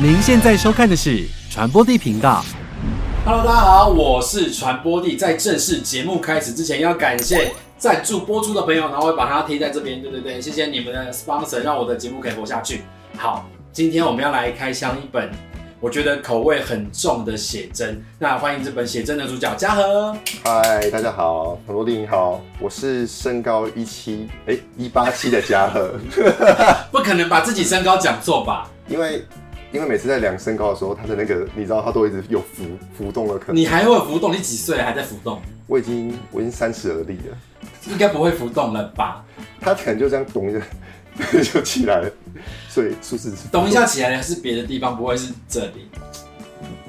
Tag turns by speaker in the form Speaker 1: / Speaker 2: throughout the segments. Speaker 1: 您现在收看的是传播地频道。
Speaker 2: Hello，大家好，我是传播帝。在正式节目开始之前，要感谢赞助播出的朋友，然后会把它贴在这边。对对对，谢谢你们的 sponsor，让我的节目可以活下去。好，今天我们要来开箱一本我觉得口味很重的写真。那欢迎这本写真的主角嘉禾。
Speaker 3: 嗨，大家好，彭罗弟你好，我是身高一七哎一八七的嘉禾，
Speaker 2: 不可能把自己身高讲错吧？
Speaker 3: 因为因为每次在量身高的时候，他的那个你知道他都一直有浮浮动的可能
Speaker 2: 你。还会浮动？你几岁了还在浮动？
Speaker 3: 我已经我已经三十而立了，
Speaker 2: 应该不会浮动了吧？
Speaker 3: 他可能就这样咚一下 就起来了，所以数字是
Speaker 2: 懂一下。起来的是别的地方，不会是这里。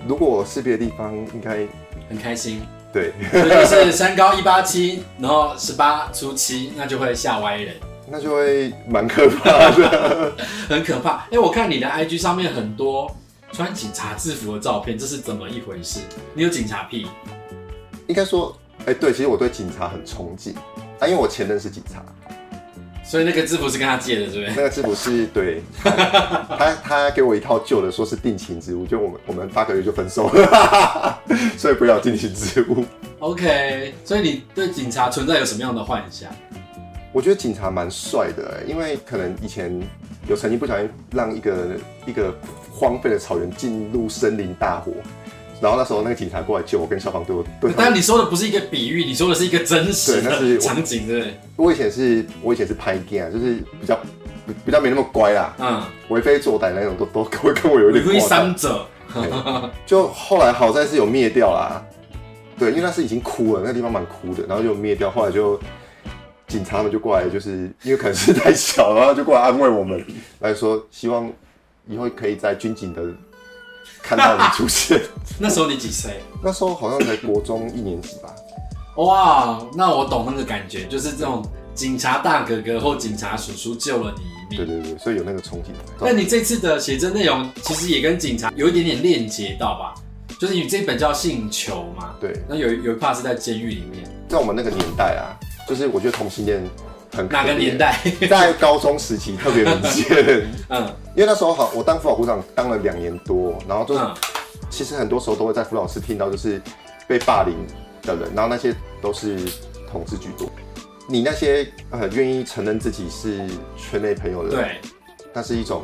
Speaker 3: 如果我是别的地方，应该
Speaker 2: 很开心，
Speaker 3: 对，
Speaker 2: 所以就是身高一八七，然后十八出七，那就会吓歪人。
Speaker 3: 那就会蛮可怕的。
Speaker 2: 很可怕。哎、我看你的 IG 上面很多穿警察制服的照片，这是怎么一回事？你有警察癖？
Speaker 3: 应该说，哎、对，其实我对警察很憧憬，啊，因为我前任是警察，
Speaker 2: 所以那个制服是跟他借的，对不
Speaker 3: 那个制服是对，他他给我一套旧的，说是定情之物，就我们我们八个月就分手了， 所以不要定情之物。
Speaker 2: 对？OK，所以你对警察存在有什么样的幻想？
Speaker 3: 我觉得警察蛮帅的、欸因为可能以前有曾经不小心让一个一个荒废的草原进入森林大火，然后那时候那个警察过来救我，跟消防队我对他
Speaker 2: 但
Speaker 3: 们，
Speaker 2: 你说的不是一个比喻，你说的是一个真实
Speaker 3: 对那是
Speaker 2: 的
Speaker 3: 我
Speaker 2: 场景，对不对？
Speaker 3: 我以前是我以前是拍 g 啊，就是比较比比较没那么乖啦，
Speaker 2: 嗯，
Speaker 3: 为非作歹那种都都跟我跟我有
Speaker 2: 违
Speaker 3: 点
Speaker 2: 规
Speaker 3: 挂钩
Speaker 2: 三者，
Speaker 3: 就后来好在是有灭掉啦，对，因为那是已经哭了，那地方蛮哭的，然后就灭掉，后来就警察们就过来，就是因为可能是太小，然后就过来安慰我们，来说希望以后可以在军警的看到你出现。
Speaker 2: 那时候你几岁？
Speaker 3: 那时候好像才国中一年级吧，
Speaker 2: 哇，那我懂那个感觉，就是这种警察大哥哥或警察叔叔救了你一命。
Speaker 3: 对对对，所以有那个憧憬。
Speaker 2: 那你这次的写真内容其实也跟警察有一点点链接到吧？就是你这本叫《性囚》嘛，
Speaker 3: 对，
Speaker 2: 那有有一 part 是在监狱里面，
Speaker 3: 在我们那个年代啊，就是我觉得同性恋很可
Speaker 2: 哪个
Speaker 3: 怜
Speaker 2: 年？代？
Speaker 3: 在高中时期特别明显。
Speaker 2: 嗯
Speaker 3: 因为那时候好，我当辅导股长当了两年多，然后就是、
Speaker 2: 嗯，
Speaker 3: 其实很多时候都会在辅导室听到就是被霸凌的人，然后那些都是同志居多。你那些呃愿意承认自己是圈内朋友的人，
Speaker 2: 对，
Speaker 3: 那是一种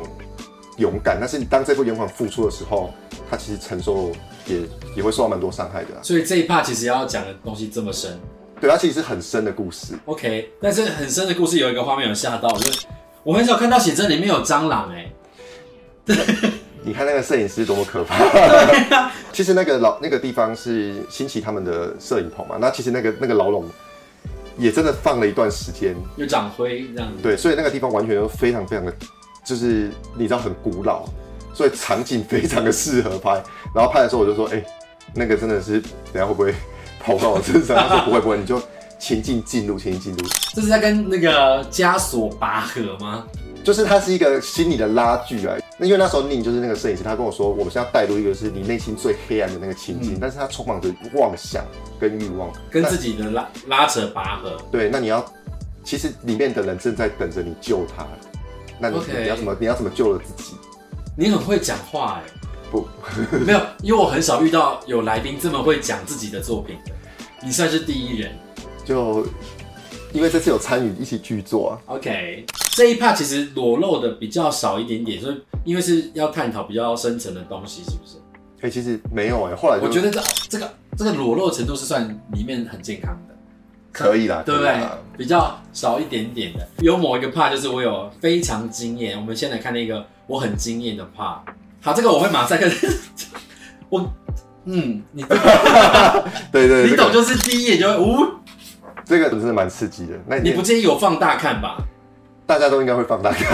Speaker 3: 勇敢，但是你当这份勇敢付出的时候，他其实承受也也会受到蛮多伤害的啊、
Speaker 2: 所以这一 part 其实要讲的东西这么深
Speaker 3: 对，它其实是很深的故事。
Speaker 2: ，OK？但是很深的故事有一个画面有吓到，我就是我很少看到写真里面有蟑螂哎、
Speaker 3: 你看那个摄影师多么可怕！ 其实那个老那个地方是新奇他们的摄影棚嘛，那其实那个那个牢笼也真的放了一段时间，
Speaker 2: 有长灰这样子，
Speaker 3: 对，所以那个地方完全都非常非常的，就是你知道很古老，所以场景非常的适合拍。然后拍的时候我就说，哎、那个真的是，等一下会不会跑到我身上？他说不会不会，你就情境进入，情境进入，
Speaker 2: 这是在跟那个枷锁拔河吗？
Speaker 3: 就是它是一个心理的拉锯啊。那因为那时候宁就是那个摄影师，他跟我说，我们现在带入一个是你内心最黑暗的那个情境，但是它充满着妄想跟欲望，
Speaker 2: 跟
Speaker 3: 那
Speaker 2: 自己的拉拉扯拔河，
Speaker 3: 对，那你要，其实里面的人正在等着你救他，那你
Speaker 2: OK
Speaker 3: 你要怎么你要怎么救了自己？
Speaker 2: 你很会讲话哎、
Speaker 3: 不。
Speaker 2: 没有，因为我很少遇到有来宾这么会讲自己的作品的，你算是第一人。
Speaker 3: 就因为这次有参与一起剧作啊，
Speaker 2: OK，这一 part 其实裸露的比较少一点点，所以因为是要探讨比较深层的东西，是不是？
Speaker 3: 哎、其实没有哎、后来就
Speaker 2: 我觉得这这个这个裸露程度是算里面很健康的，
Speaker 3: 可以啦，
Speaker 2: 对不
Speaker 3: 可
Speaker 2: 对啊
Speaker 3: 以啦？
Speaker 2: 比较少一点点的。有某一个 part 就是我有非常惊艳，我们先来看那个我很惊艳的 part。好，这个我会马赛克。 我，嗯，你
Speaker 3: 对对对，
Speaker 2: 你懂
Speaker 3: 这个
Speaker 2: 就是第一眼就会，呜，
Speaker 3: 这个真的蛮刺激的。那
Speaker 2: 你
Speaker 3: 你
Speaker 2: 不介意我放大看吧？
Speaker 3: 大家都应该会放大 看，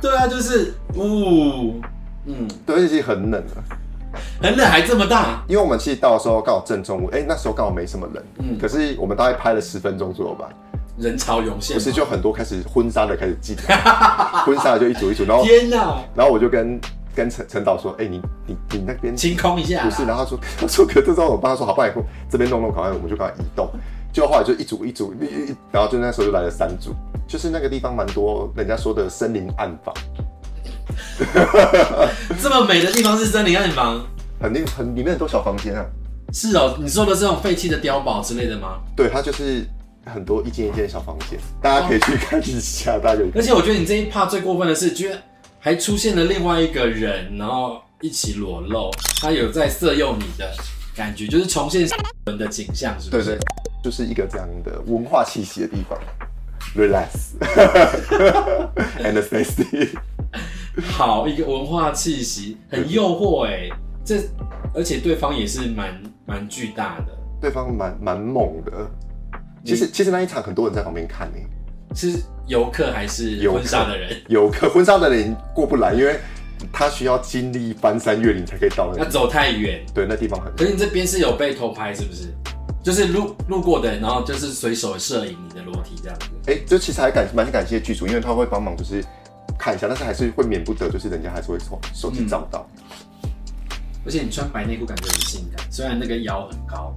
Speaker 2: 对啊，就是呜，嗯，
Speaker 3: 对，而且其实很冷啊，
Speaker 2: 很冷还这么大，
Speaker 3: 因为我们其实到的时候刚好正中午，哎、那时候刚好没什么人，
Speaker 2: 嗯
Speaker 3: 可是我们大概拍了十分钟左 右吧，
Speaker 2: 人潮涌现
Speaker 3: 不。是就很多开始婚纱的开始进 来，婚纱的就一组一组，然后
Speaker 2: 天哪，
Speaker 3: 然后我就跟跟陈陈导说，哎、你你你那边
Speaker 2: 清空一下啦。
Speaker 3: 不是，然后他说 他说可这招我帮他说好，不然以后这边弄弄，好像我们就赶快移动。就后来就一组一组，一一一然后就那时候就来了三组，就是那个地方蛮多人家说的森林暗房，
Speaker 2: 这么美的地方是森林暗房，
Speaker 3: 很那很里面很多小房间啊，
Speaker 2: 是哦，你说的这种废弃的碉堡之类的吗？
Speaker 3: 对，它就是很多一间一间的小房间，大家可以去看一下，大家可以
Speaker 2: 而且我觉得你这一趴最过分的是，居然还出现了另外一个人，然后一起裸露，他有在色诱你的感觉，就是重现人的景象，是不
Speaker 3: 对
Speaker 2: 是？
Speaker 3: 对，就是一个这样的文化气息的地方，relax and sexy。
Speaker 2: 好一个文化气息，很诱惑哎、这而且对方也是蛮蛮巨大的，
Speaker 3: 对方蛮蛮猛的。其实其实那一场很多人在旁边看呢、
Speaker 2: 是游客还是
Speaker 3: 游客
Speaker 2: 婚纱的人？
Speaker 3: 有可婚纱的人过不来，因为他需要经历翻山越岭才可以到那
Speaker 2: 要
Speaker 3: 里。
Speaker 2: 走太远，
Speaker 3: 对，那地方很
Speaker 2: 可是你这边是有被偷拍是不是？就是路路过的人，然后就是随手摄影你的裸体这样子。
Speaker 3: 哎、这其实还感蛮感谢剧组，因为他会帮忙就是看一下，但是还是会免不得就是人家还是会从手机照到，
Speaker 2: 而且你穿白内裤感觉很性感，虽然那个腰很高，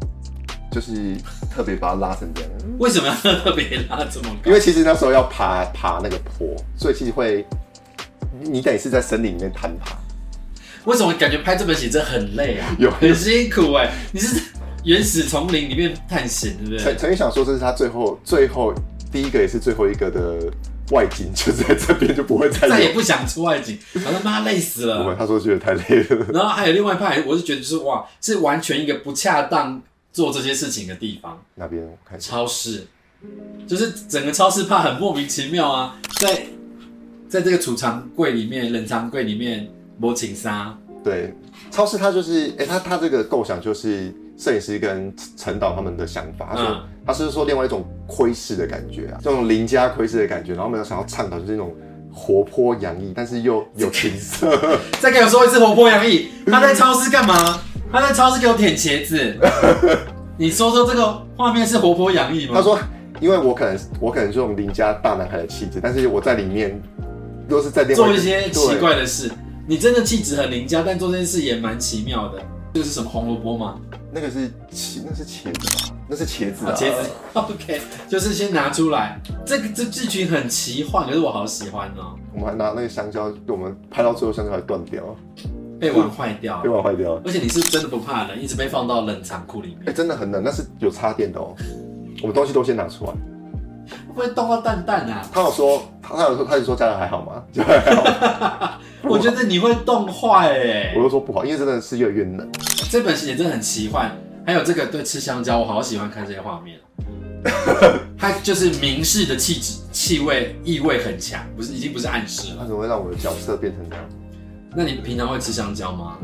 Speaker 3: 就是特别把它拉成这样。
Speaker 2: 为什么要特别拉这么高？
Speaker 3: 因为其实那时候要爬爬那个坡，所以其实会你你得是在森林里面攀爬。
Speaker 2: 为什么感觉拍这本写真很累啊？
Speaker 3: 有
Speaker 2: 很辛苦哎、你是原始丛林里面探险，对不
Speaker 3: 陈
Speaker 2: 对？
Speaker 3: 陈宇想说，这是他最后最后第一个也是最后一个的外景，就是在这边就不会 再
Speaker 2: 再也
Speaker 3: 有。
Speaker 2: 不想出外景，我他妈累死
Speaker 3: 不会，
Speaker 2: 了。
Speaker 3: 他说觉得太累了。
Speaker 2: 然后还有另外一派，我是觉得就是哇，是完全一个不恰当做这些事情的地方。
Speaker 3: 那边我看一下，
Speaker 2: 超市，就是整个超市怕很莫名其妙啊，在在这个储藏柜里面、冷藏柜里面，摸情杀，
Speaker 3: 对，超市他就是，哎、他他这个构想就是摄影师跟陈导他们的想法，他说、
Speaker 2: 嗯
Speaker 3: 他是说另外一种窥视的感觉啊，这种邻家窥视的感觉，然后我们想要倡导就是那种活泼洋溢，但是又有情
Speaker 2: 嗯
Speaker 3: 色。
Speaker 2: 再给我说一次活泼洋溢，他在超市干嘛？他在超市给我舔茄 子。你说说这个画面是活泼洋溢吗？
Speaker 3: 他说，因为我可能我可能这种邻家大男孩的气质，但是我在里面若是在另外
Speaker 2: 做
Speaker 3: 个
Speaker 2: 一些
Speaker 3: 对
Speaker 2: 奇怪的事，你真的气质很邻家，但做这件事也蛮奇妙的。这个是什么红萝卜吗？
Speaker 3: 那个是茄，那是茄子吧？那是茄子
Speaker 2: 啊
Speaker 3: 啊，
Speaker 2: 茄子。，OK，就是先拿出来。这个这剧情很奇幻，可是我好喜欢哦，
Speaker 3: 我们还拿那个香蕉，我们拍到最后香蕉还断掉，
Speaker 2: 啊被玩坏掉
Speaker 3: 被。玩坏掉了。
Speaker 2: 而且你是真的不怕冷，一直被放到冷藏库里
Speaker 3: 哎、
Speaker 2: 面，
Speaker 3: 真的很冷，那是有插电的哦。我们东西都先拿出来。
Speaker 2: 会不会冻到蛋蛋啊？
Speaker 3: 他有说，他他有说，他就说家人还好吗？ 家人还好吗，
Speaker 2: 我觉得你会冻坏哎
Speaker 3: 我。就说不好，因为真的是越来越冷。
Speaker 2: 这本写真的很奇幻，还有这个对吃香蕉，我好喜欢看这些画 面。它就是明示的气质、气味、意味很强，不是已经不是暗示
Speaker 3: 他
Speaker 2: 了。
Speaker 3: 怎么会让我的角色变成这样？
Speaker 2: 那你平常会吃香蕉吗？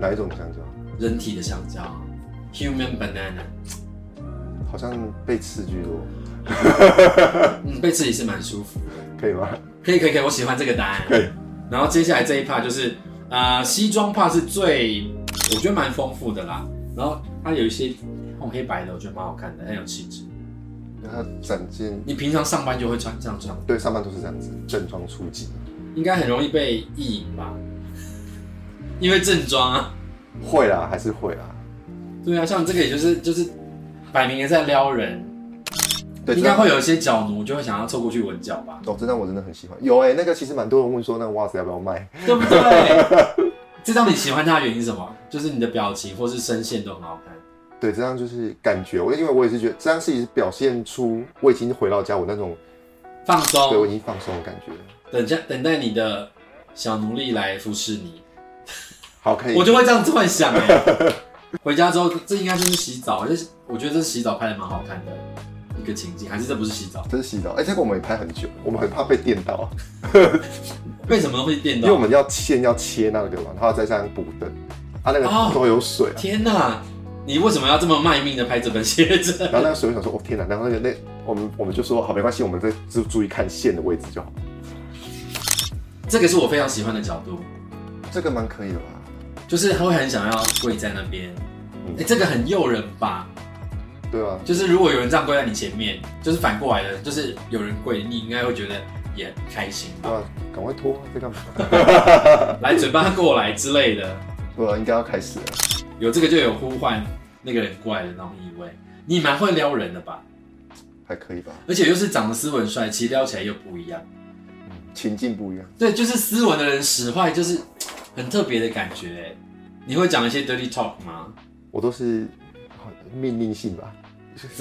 Speaker 3: 哪一种香蕉？
Speaker 2: 人体的香蕉，human banana，
Speaker 3: 好像被刺居多，
Speaker 2: 嗯，被吃也是蛮舒服的。
Speaker 3: 可以吗？
Speaker 2: 可以可以可以，我喜欢这个答案。
Speaker 3: 可以。
Speaker 2: 然后接下来这一 part 就是，呃，西装 part 是最我觉得蛮丰富的啦。然后它有一些红黑白的，我觉得蛮好看的，很有气质。
Speaker 3: 那他整件
Speaker 2: 你平常上班就会穿这样穿，
Speaker 3: 对上半都是这样子，正装出击，
Speaker 2: 应该很容易被意淫吧？因为正装啊，
Speaker 3: 会啦，还是会啦。
Speaker 2: 对啊，像这个也就是就是摆明也在撩人，
Speaker 3: 对，
Speaker 2: 应该
Speaker 3: 这
Speaker 2: 会有一些脚奴就会想要凑过去闻脚吧，
Speaker 3: 张。哦，这张我真的很喜欢。有哎、那个其实蛮多人问说，那个袜子要不要卖？
Speaker 2: 对不对？这张你喜欢它的原因是什么？就是你的表情或是声线都很好看。
Speaker 3: 对，这张就是感觉，我因为我也是觉得这张是表现出我已经回到家，我那种
Speaker 2: 放松，
Speaker 3: 对我已经放松的感觉。
Speaker 2: 等下等待你的小奴隶来服侍你，
Speaker 3: 好，可以。
Speaker 2: 我就会这样幻想哎、 欸回家之后，这应该就是洗澡，这是我觉得这洗澡拍的蛮好看的一个情境，还是这不是洗澡？
Speaker 3: 这是洗澡，哎、这个我们也拍很久，我们很怕被电到啊，
Speaker 2: 为什么会电
Speaker 3: 因为我
Speaker 2: 到？
Speaker 3: 们要线要切那个嘛，然后再上补灯，啊，那
Speaker 2: 哦
Speaker 3: 个都有水、啊，
Speaker 2: 天哪，你为什么要这么卖命的拍这本写真？
Speaker 3: 然后那个水我想说，哦天哪，然后那个那我们我们就说好没关系，我们再注注意看线的位置就好，
Speaker 2: 这个是我非常喜欢的角度，
Speaker 3: 这个蛮可以的吧？啊
Speaker 2: 就是他会很想要跪在那边，
Speaker 3: 嗯
Speaker 2: 哎、这个很诱人吧？
Speaker 3: 对啊，
Speaker 2: 就是如果有人这样跪在你前面，就是反过来的，就是有人跪，你应该会觉得也很开心吧
Speaker 3: 对啊，赶快脱啊，在干嘛？
Speaker 2: 来嘴巴过来之类的。
Speaker 3: 对啊，应该要开始了，
Speaker 2: 有这个就有呼唤那个人过来的那种意味。你蛮会撩人的吧？
Speaker 3: 还可以吧？
Speaker 2: 而且又是长得斯文帅气，撩起来又不一样。
Speaker 3: 嗯情境不一样。
Speaker 2: 对，就是斯文的人使坏，就是很特别的感觉欸。你会讲一些 dirty talk 吗？
Speaker 3: 我都是好命令性吧，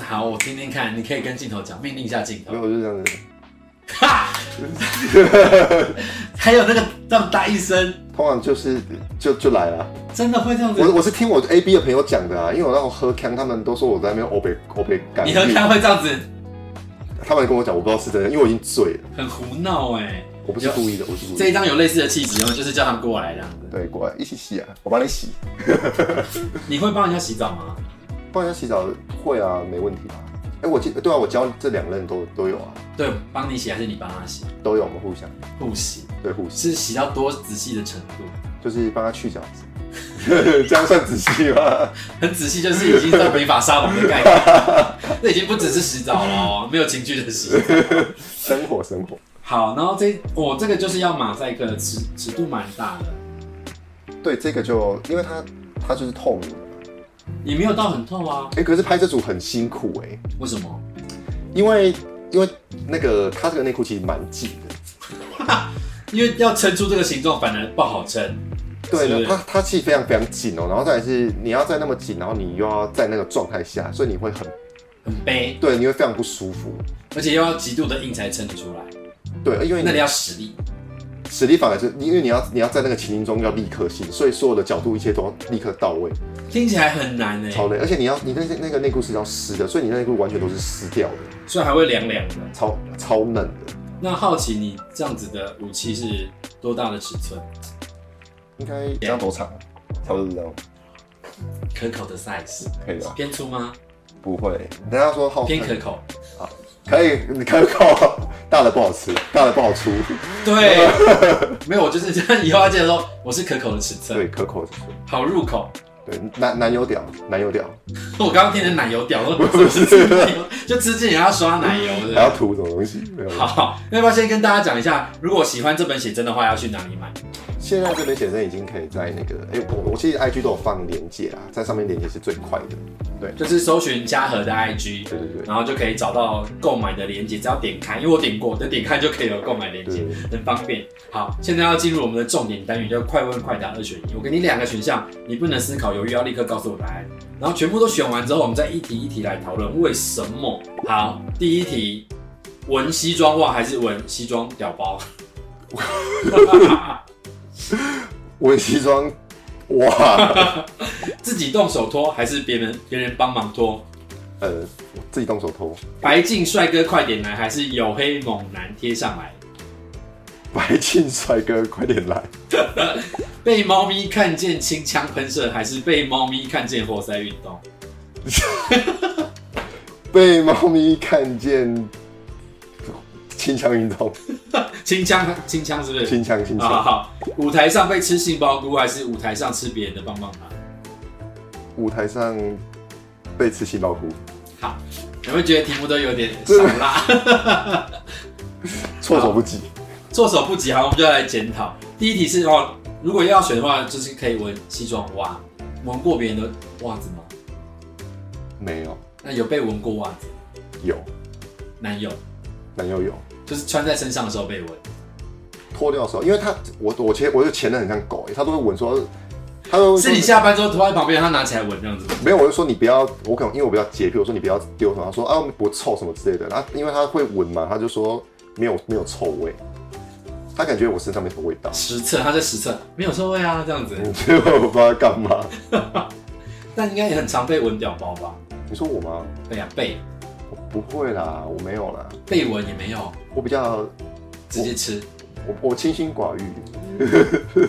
Speaker 2: 好，我听听看，你可以跟镜头讲，命令一下镜
Speaker 3: 没
Speaker 2: 头。
Speaker 3: 有我就这样子，
Speaker 2: 哈，还有那个这么大一声，
Speaker 3: 通常就是就就来了。
Speaker 2: 真的会这样子？
Speaker 3: 我我是听我 A B 的朋友讲的啊，因为我那种喝康，他们都说我在那边欧北欧北干，
Speaker 2: 你和看会这样子，
Speaker 3: 他们跟我讲，我不知道是真的，因为我已经醉了，
Speaker 2: 很胡闹哎。
Speaker 3: 我不是故意的，我是故
Speaker 2: 这
Speaker 3: 意
Speaker 2: 一
Speaker 3: 的。
Speaker 2: 张有类似的气质，然后就是叫他们过来这样子。
Speaker 3: 对，过来一起洗啊，我帮你洗。
Speaker 2: 你会帮人家洗澡吗？
Speaker 3: 帮人家洗澡会啊，没问题啊。哎、我记对啊，我教这两任都都有啊，
Speaker 2: 对，帮你洗还是你帮他洗？
Speaker 3: 都有我们互相
Speaker 2: 不洗，
Speaker 3: 对互洗，
Speaker 2: 是洗到多仔细的程度？
Speaker 3: 就是帮他去角质， 这样算仔细吗？
Speaker 2: 很仔细，就是已经到美发沙龙的概念， 那已经不只是洗澡了哦，没有情趣的洗澡。
Speaker 3: 生活生活，
Speaker 2: 好，然后这我、这个就是要马赛克，尺尺度蛮大的，
Speaker 3: 对这个就因为它它就是透明的，
Speaker 2: 也没有到很痛啊。
Speaker 3: 哎、可是拍这组很辛苦哎、
Speaker 2: 为什么？
Speaker 3: 因为因为那个它这个内裤其实蛮紧的。
Speaker 2: 因为要撑出这个形状，反而不好撑。
Speaker 3: 对
Speaker 2: 是不
Speaker 3: 呢，
Speaker 2: 是
Speaker 3: 它它其实非常非常紧哦、然后再来是你要在那么紧，然后你又要在那个状态下，所以你会很
Speaker 2: 很悲，
Speaker 3: 对，你会非常不舒服。
Speaker 2: 而且又要极度的硬才撑得出来，
Speaker 3: 对，因为
Speaker 2: 那里
Speaker 3: 你
Speaker 2: 要实力。
Speaker 3: 实力反而是因为你要你要在那个情境中要立刻性，所以所有的角度一切都要立刻到位，
Speaker 2: 听起来很难哎、
Speaker 3: 超累。而且你要你那那个内裤是要湿的，所以你那内裤完全都是湿掉的，
Speaker 2: 所以还会凉凉的。
Speaker 3: 超超嫩的，
Speaker 2: 那好奇你这样子的武器是多大的尺寸？
Speaker 3: 应该这样多长？啊差不多这样
Speaker 2: 可口的 size
Speaker 3: 可以吧？
Speaker 2: 偏粗吗？
Speaker 3: 不会，人家说好
Speaker 2: 偏可口。
Speaker 3: 可以，你可口，大的不好吃，大的不好出，
Speaker 2: 对，没有，我就是这样。以后要记得说我是可口的尺寸，
Speaker 3: 对，可口是说
Speaker 2: 好入口。
Speaker 3: 对，男男友屌，男友屌，
Speaker 2: 我刚刚听成奶油屌，我
Speaker 3: 不是
Speaker 2: 吃奶油就吃进也要刷奶油
Speaker 3: 还要
Speaker 2: 的。
Speaker 3: 涂什么东西？没有。
Speaker 2: 好，那要不要先跟大家讲一下，如果喜欢这本写真的话，要去哪里买？
Speaker 3: 现在这边写真已经可以在那个，哎、我我其实 IG 都有放链接啦，在上面链接是最快的。
Speaker 2: 就是搜寻嘉禾的 IG，
Speaker 3: 对对对
Speaker 2: 然后就可以找到购买的链接，只要点开，因为我点过，就点开就可以有购买链接
Speaker 3: 对，
Speaker 2: 很方便。好，现在要进入我们的重点单元，叫快问快答二选一。我给你两个选项，你不能思考犹豫，要立刻告诉我答案。然后全部都选完之后，我们再一题一题来讨论为什么。好，第一题，纹西装袜还是纹西装屌包？
Speaker 3: 我西装，哇，
Speaker 2: 自己动手脱还是别人别人帮忙脱？
Speaker 3: 呃，自己动手偷，
Speaker 2: 白净帅哥快点来还是黝黑猛男贴上来？
Speaker 3: 白净帅哥快点来，
Speaker 2: 被猫咪看见清枪喷射，还是被猫咪看见活塞运动？
Speaker 3: 被猫咪看见，清枪运动，
Speaker 2: 清枪，清枪是不是？
Speaker 3: 清枪清
Speaker 2: 好好
Speaker 3: 枪，
Speaker 2: 啊好，舞台上被吃杏鲍菇，还是舞台上吃别人的棒棒糖？
Speaker 3: 舞台上被吃杏鲍菇，
Speaker 2: 好，有没有觉得题目都有点少啦？
Speaker 3: 措手不及。
Speaker 2: 措手不及，好，我们就来检讨。第一题是哦，如果要选的话，就是可以闻西装袜，闻过别人的袜子吗？
Speaker 3: 没有，
Speaker 2: 那有被闻过袜子？
Speaker 3: 有
Speaker 2: 男友，
Speaker 3: 男友有
Speaker 2: 就是穿在身上的时候被闻。
Speaker 3: 脱掉的时候，因为他我我前我就前任很像狗、欸他都会闻说，他都会
Speaker 2: 是
Speaker 3: 说
Speaker 2: 你下班之后拖在旁边，他拿起来闻这样子吗？
Speaker 3: 没有，我就说你不要，我可能因为我比较洁癖，我说你不要丢什么，他说啊不臭什么之类的，然后因为他会闻嘛，他就说没有没有臭味，他感觉我身上没什么味道，
Speaker 2: 实测，他在实测，没有臭味啊，这样子。
Speaker 3: 你觉得我不知道干嘛？
Speaker 2: 但应该也很常被闻屌包吧？
Speaker 3: 你说我吗？
Speaker 2: 对呀、被
Speaker 3: 我不会啦，我没有啦，
Speaker 2: 被闻也没有，
Speaker 3: 我比较
Speaker 2: 直接吃，
Speaker 3: 我我清心寡欲，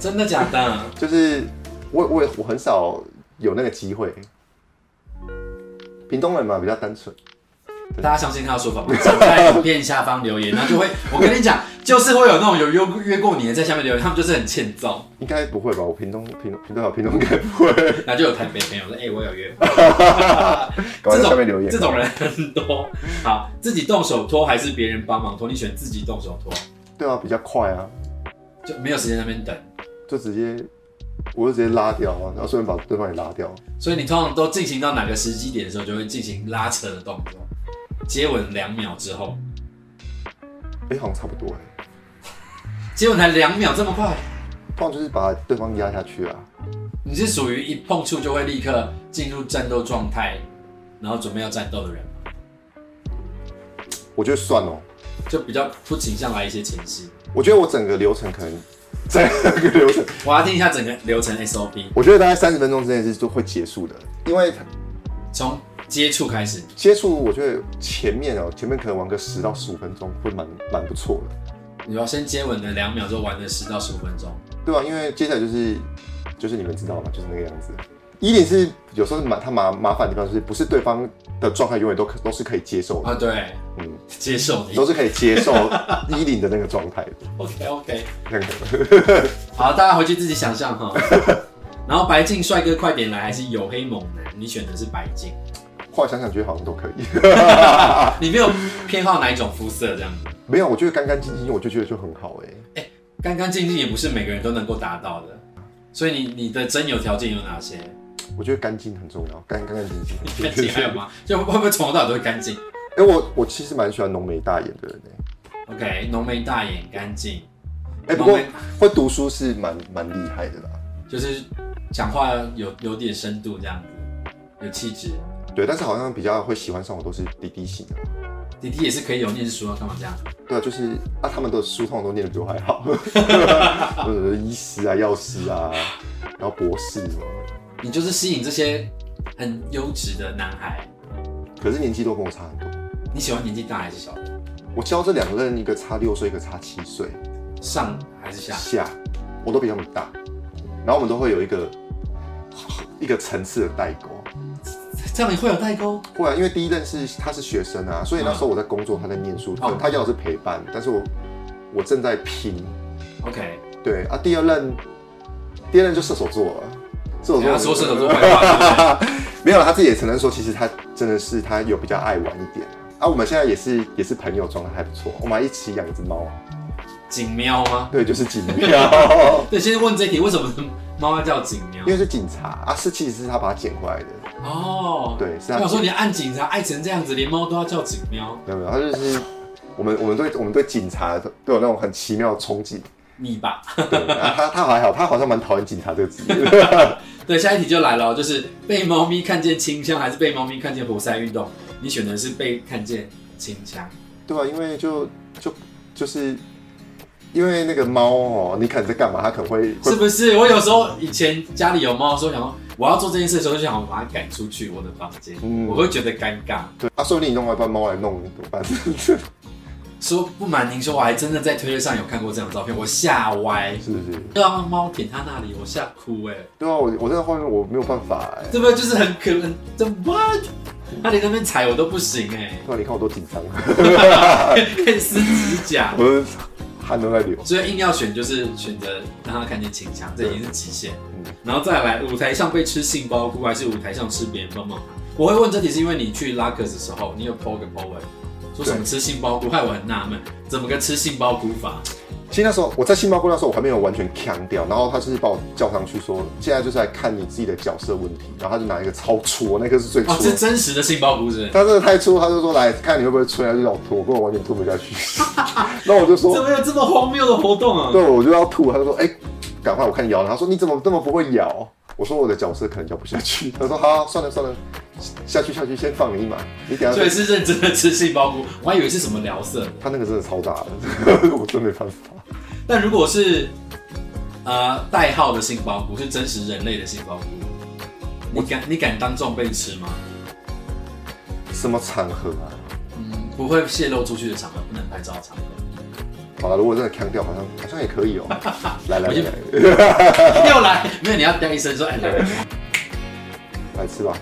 Speaker 2: 真的假的？
Speaker 3: 就是我我我很少有那个机会，屏东人嘛比较单纯，
Speaker 2: 大家相信他的说法吗？ 请在影片下方留言，然后就会，我跟你讲，就是会有那种有约约过你的在下面留言，他们就是很欠揍，
Speaker 3: 应该不会吧？我屏东屏东屏东屏东应该不会，
Speaker 2: 然后就有台北朋友说，哎、我有约，
Speaker 3: 赶快
Speaker 2: 这
Speaker 3: 在
Speaker 2: 种
Speaker 3: 下面留言
Speaker 2: 这，种人很多。好，自己动手脱还是别人帮忙脱？你选自己动手脱，
Speaker 3: 对啊，比较快啊。
Speaker 2: 就没有时间在那边等。
Speaker 3: 就直接，我就直接拉掉啊，然后顺便把对方也拉掉。
Speaker 2: 所以你通常都进行到哪个时机点的时候，就会进行拉扯的动作，接吻两秒之后。
Speaker 3: 哎、好像差不多哎、
Speaker 2: 结果才两秒，这么快？
Speaker 3: 碰就是把对方压下去啊。
Speaker 2: 你是属于一碰触就会立刻进入战斗状态，然后准备要战斗的人吗，
Speaker 3: 我觉得算哦，
Speaker 2: 就比较不倾向来一些前戏。
Speaker 3: 我觉得我整个流程可能整个流程，
Speaker 2: 我要听一下整个流程 SOP，
Speaker 3: 我觉得大概三十分钟之内是就会结束的，因为
Speaker 2: 从接触开始。
Speaker 3: 接触我觉得前面哦，前面可能玩个十到十五分钟会蛮蛮不错的，
Speaker 2: 你要先接吻的两秒，就玩了十到十五分钟。
Speaker 3: 对吧、因为接下来就是就是你们知道嘛，就是那个样子。一点是有时候是麻他麻麻烦的地方，就是不是对方的状态永远都可都是可以接受的，
Speaker 2: 啊，对，
Speaker 3: 嗯，
Speaker 2: 接受你
Speaker 3: 都。是可以接 受衣领的那个状态的。
Speaker 2: OK OK，
Speaker 3: 那个
Speaker 2: 好，大家回去自己想象哈。然后白净帅哥快点来，还是黝黑猛男？你选的是白净，
Speaker 3: 后来想想觉得好像都可以，
Speaker 2: 你没有偏好哪一种肤色这样子？
Speaker 3: 没有，我觉得干干净净，我就觉得就很好哎、
Speaker 2: 干干净净也不是每个人都能够达到的，所以你你的真有条件有哪些？
Speaker 3: 我觉得干净很重要，干干干净净。
Speaker 2: 干净还有吗？就会不会从头到尾都会干净
Speaker 3: 哎、我我其实蛮喜欢浓眉大眼的人哎、
Speaker 2: ？OK，浓眉大眼干净，
Speaker 3: 哎、不过
Speaker 2: 浓眉
Speaker 3: 会读书是蛮蛮厉害的啦。
Speaker 2: 就是讲话有有点深度这样子，有气质。
Speaker 3: 对，但是好像比较会喜欢上我都是滴滴型的。
Speaker 2: 弟弟也是可以有念书啊，干嘛这样？
Speaker 3: 对啊，就是啊，他们的书通常都念的比我还好， 呃，医师啊、药师啊，然后博士什么的，
Speaker 2: 你就是吸引这些很优质的男孩。
Speaker 3: 可是年纪都跟我差很多。
Speaker 2: 你喜欢年纪大还是小的？
Speaker 3: 我教这两个人，一个差六岁，一个差七岁
Speaker 2: 上还是下？
Speaker 3: 下，我都比他们大，然后我们都会有一个一个层次的代沟。
Speaker 2: 这样你会有代沟？
Speaker 3: 不然，因为第一任是他是学生啊，所以那时候我在工作，他在念
Speaker 2: 嗯
Speaker 3: 书，
Speaker 2: 哦
Speaker 3: 可能他要的是陪伴，但是我我正在拼。
Speaker 2: OK，
Speaker 3: 对啊，第二任第二任就射手座了，射手
Speaker 2: 你
Speaker 3: 座
Speaker 2: 要哎说射手座坏
Speaker 3: 呃
Speaker 2: 话，
Speaker 3: 没有啦，他自己也承认说，其实他真的是他有比较爱玩一点啊。我们现在也是也是朋友，状态还不错，我们还一起养一只猫，啊
Speaker 2: 锦喵吗？
Speaker 3: 对，就 是警喵，
Speaker 2: 对，先问这题，为什么妈妈叫锦喵
Speaker 3: 因？为是警察啊，是其实是他把它捡回来的，
Speaker 2: 哦，
Speaker 3: 对，是
Speaker 2: 我想
Speaker 3: 他捡
Speaker 2: 说你按警察爱成这样子，连猫都要叫警喵，
Speaker 3: 没有没有，他就是我们我们对我们对警察都有那种很奇妙的憧憬。
Speaker 2: 你吧。
Speaker 3: 对，啊、他他还好，他好像蛮讨厌警察这个职业的。
Speaker 2: 对，下一题就来了哦，就是被猫咪看见清香，还是被猫咪看见活塞运动？你选的是被看见清香。
Speaker 3: 对啊，因为就就就是因为那个猫哦，你可能在干嘛，它可能会会
Speaker 2: 是不是？我有时候以前家里有猫的时候，想说我要做这件事的时候，就想我把它赶出去我的房间，
Speaker 3: 嗯
Speaker 2: 我会觉得尴尬。
Speaker 3: 对啊，说不定你弄到一半猫来弄你怎么办？ 是
Speaker 2: 说不瞒您说，我还真的在推特上有看过这张照片，我吓歪。
Speaker 3: 不是？
Speaker 2: 对啊，猫舔它那里，我吓哭哎、
Speaker 3: 对啊，我我在后面我没有办法哎、
Speaker 2: 对不对？就是很可能，这 what？它连那边踩我都不行哎、
Speaker 3: 对啊，你看我都紧张，啊
Speaker 2: 可以撕指甲。
Speaker 3: 我的汗都在流。
Speaker 2: 所以硬要选，就是选择让他看见秦腔，这已经是极限。
Speaker 3: 嗯
Speaker 2: 然后再来，舞台上被吃杏鲍菇，还是舞台上吃别人棒棒糖？我会问这题，是因为你去拉克斯的时候，你有 PO 个 PO 文，说什么
Speaker 3: 对
Speaker 2: 吃杏鲍菇，害我很纳闷，怎么个吃杏鲍菇法？
Speaker 3: 其实那时候我在杏鲍菇那时候我还没有完全腔掉，然后他就是把我叫上去说，现在就是来看你自己的角色问题，然后他就拿一个超粗，那个是最粗
Speaker 2: 哦，
Speaker 3: 的。
Speaker 2: 是真实的杏鲍菇是不是？
Speaker 3: 他真的太粗，他就说来看你会不会吹，他就让我吐，我根本完全吐不下去。 那我就
Speaker 2: 怎
Speaker 3: 说，
Speaker 2: 么有这么荒谬的活动啊？
Speaker 3: 对，我就要吐，他就说，哎、赶快我看你咬了。他说你怎么这么不会咬？我说我的角色可能咬不下去。他说好、算了算了，下去下去，先放你一马。你等一下
Speaker 2: 所
Speaker 3: 再
Speaker 2: 以，是认真的吃杏鲍菇，我还以为是什么聊色。
Speaker 3: 他那个真的超大的， 我真没办法。
Speaker 2: 但如果是呃代号的杏鲍菇，是真实人类的杏鲍菇，你敢你敢当众被吃吗？
Speaker 3: 什么场合啊？
Speaker 2: 嗯，不会泄露出去的场合，不能拍照的场合。
Speaker 3: 好了，如果真的腔掉，好像好像也可以哦、来来
Speaker 2: 我就
Speaker 3: 来来，
Speaker 2: 又来，没有你要掉一声说，哎，来来
Speaker 3: 来吃吧。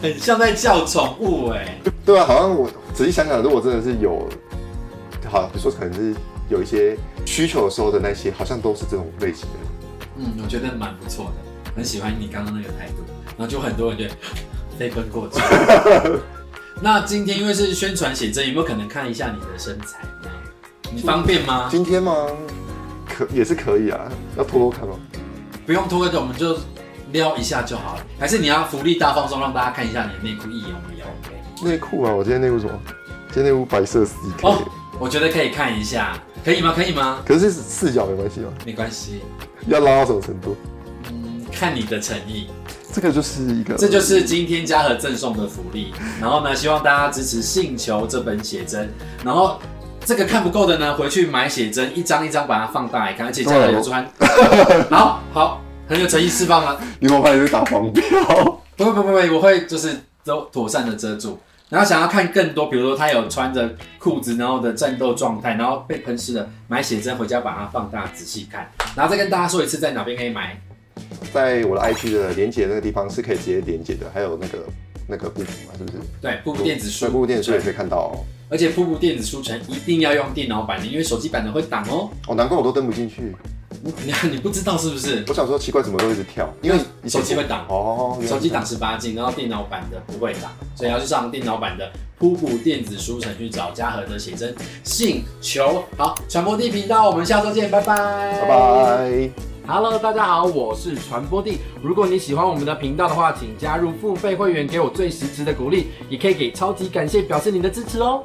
Speaker 2: 很像在叫宠物哎。
Speaker 3: 对啊，好像我仔细想想，如果真的是有，好，比如说可能是有一些需求的时候的那些，好像都是这种类型的人。
Speaker 2: 嗯，我觉得蛮不错的，很喜欢你刚刚那个态度，然后就很多人就 飞奔过去。那今天因为是宣传写真，有没有可能看一下你的身材呢？你方便吗？
Speaker 3: 今天吗？可也是可以啊，要偷偷看吗？
Speaker 2: 不用拖着，我们就撩一下就好了。还是你要福利大放送，让大家看一下你的内裤一眼，我们也 OK。
Speaker 3: 内裤啊，我今天内裤什么？今天内裤白色 CK，、
Speaker 2: 哦，我觉得可以看一下，可以吗？可以吗？
Speaker 3: 可是视角没关系吗？
Speaker 2: 没关系，
Speaker 3: 要拉到什么程度？
Speaker 2: 嗯，看你的诚意。
Speaker 3: 这个就是一个，
Speaker 2: 这就是今天嘉禾赠送的福利。然后呢，希望大家支持《性球》这本写真。然后这个看不够的呢，回去买写真，一张一张把它放大来看，而且嘉禾有 穿。然后好，很有诚意释放了。
Speaker 3: 你会怕你是打黄标？
Speaker 2: 不会不会不会，我会就是都妥善的遮住。然后想要看更多，比如说他有穿着裤子，然后的战斗状态，然后被喷湿了，买写真回家把它放大仔细看。然后再跟大家说一次，在哪边可以买。
Speaker 3: 在我的 IG 的连接那个地方是可以直接连接的，还有那个那个布嘛，是不是？
Speaker 2: 对，瀑布电子书，
Speaker 3: 对，布电子书也
Speaker 2: 对
Speaker 3: 可以看到哦。
Speaker 2: 而且瀑布电子书城一定要用电脑版的，因为手机版的会挡哦。
Speaker 3: 哦，难怪我都登不进去。
Speaker 2: 你你不知道是不是？
Speaker 3: 我想说奇怪，怎么都一直跳？因为以前
Speaker 2: 手机会挡
Speaker 3: 哦，原来是
Speaker 2: 手机挡十八禁，然后电脑版的不会挡，所以要去上电脑版的瀑布电子书城去找嘉禾的写真信求。好，传播地频道，我们下周见，拜拜，
Speaker 3: 拜。拜。
Speaker 1: Hello，大家好，我是传播帝。如果你喜欢我们的频道的话，请加入付费会员，给我最实质的鼓励，也可以给超级感谢表示你的支持哦。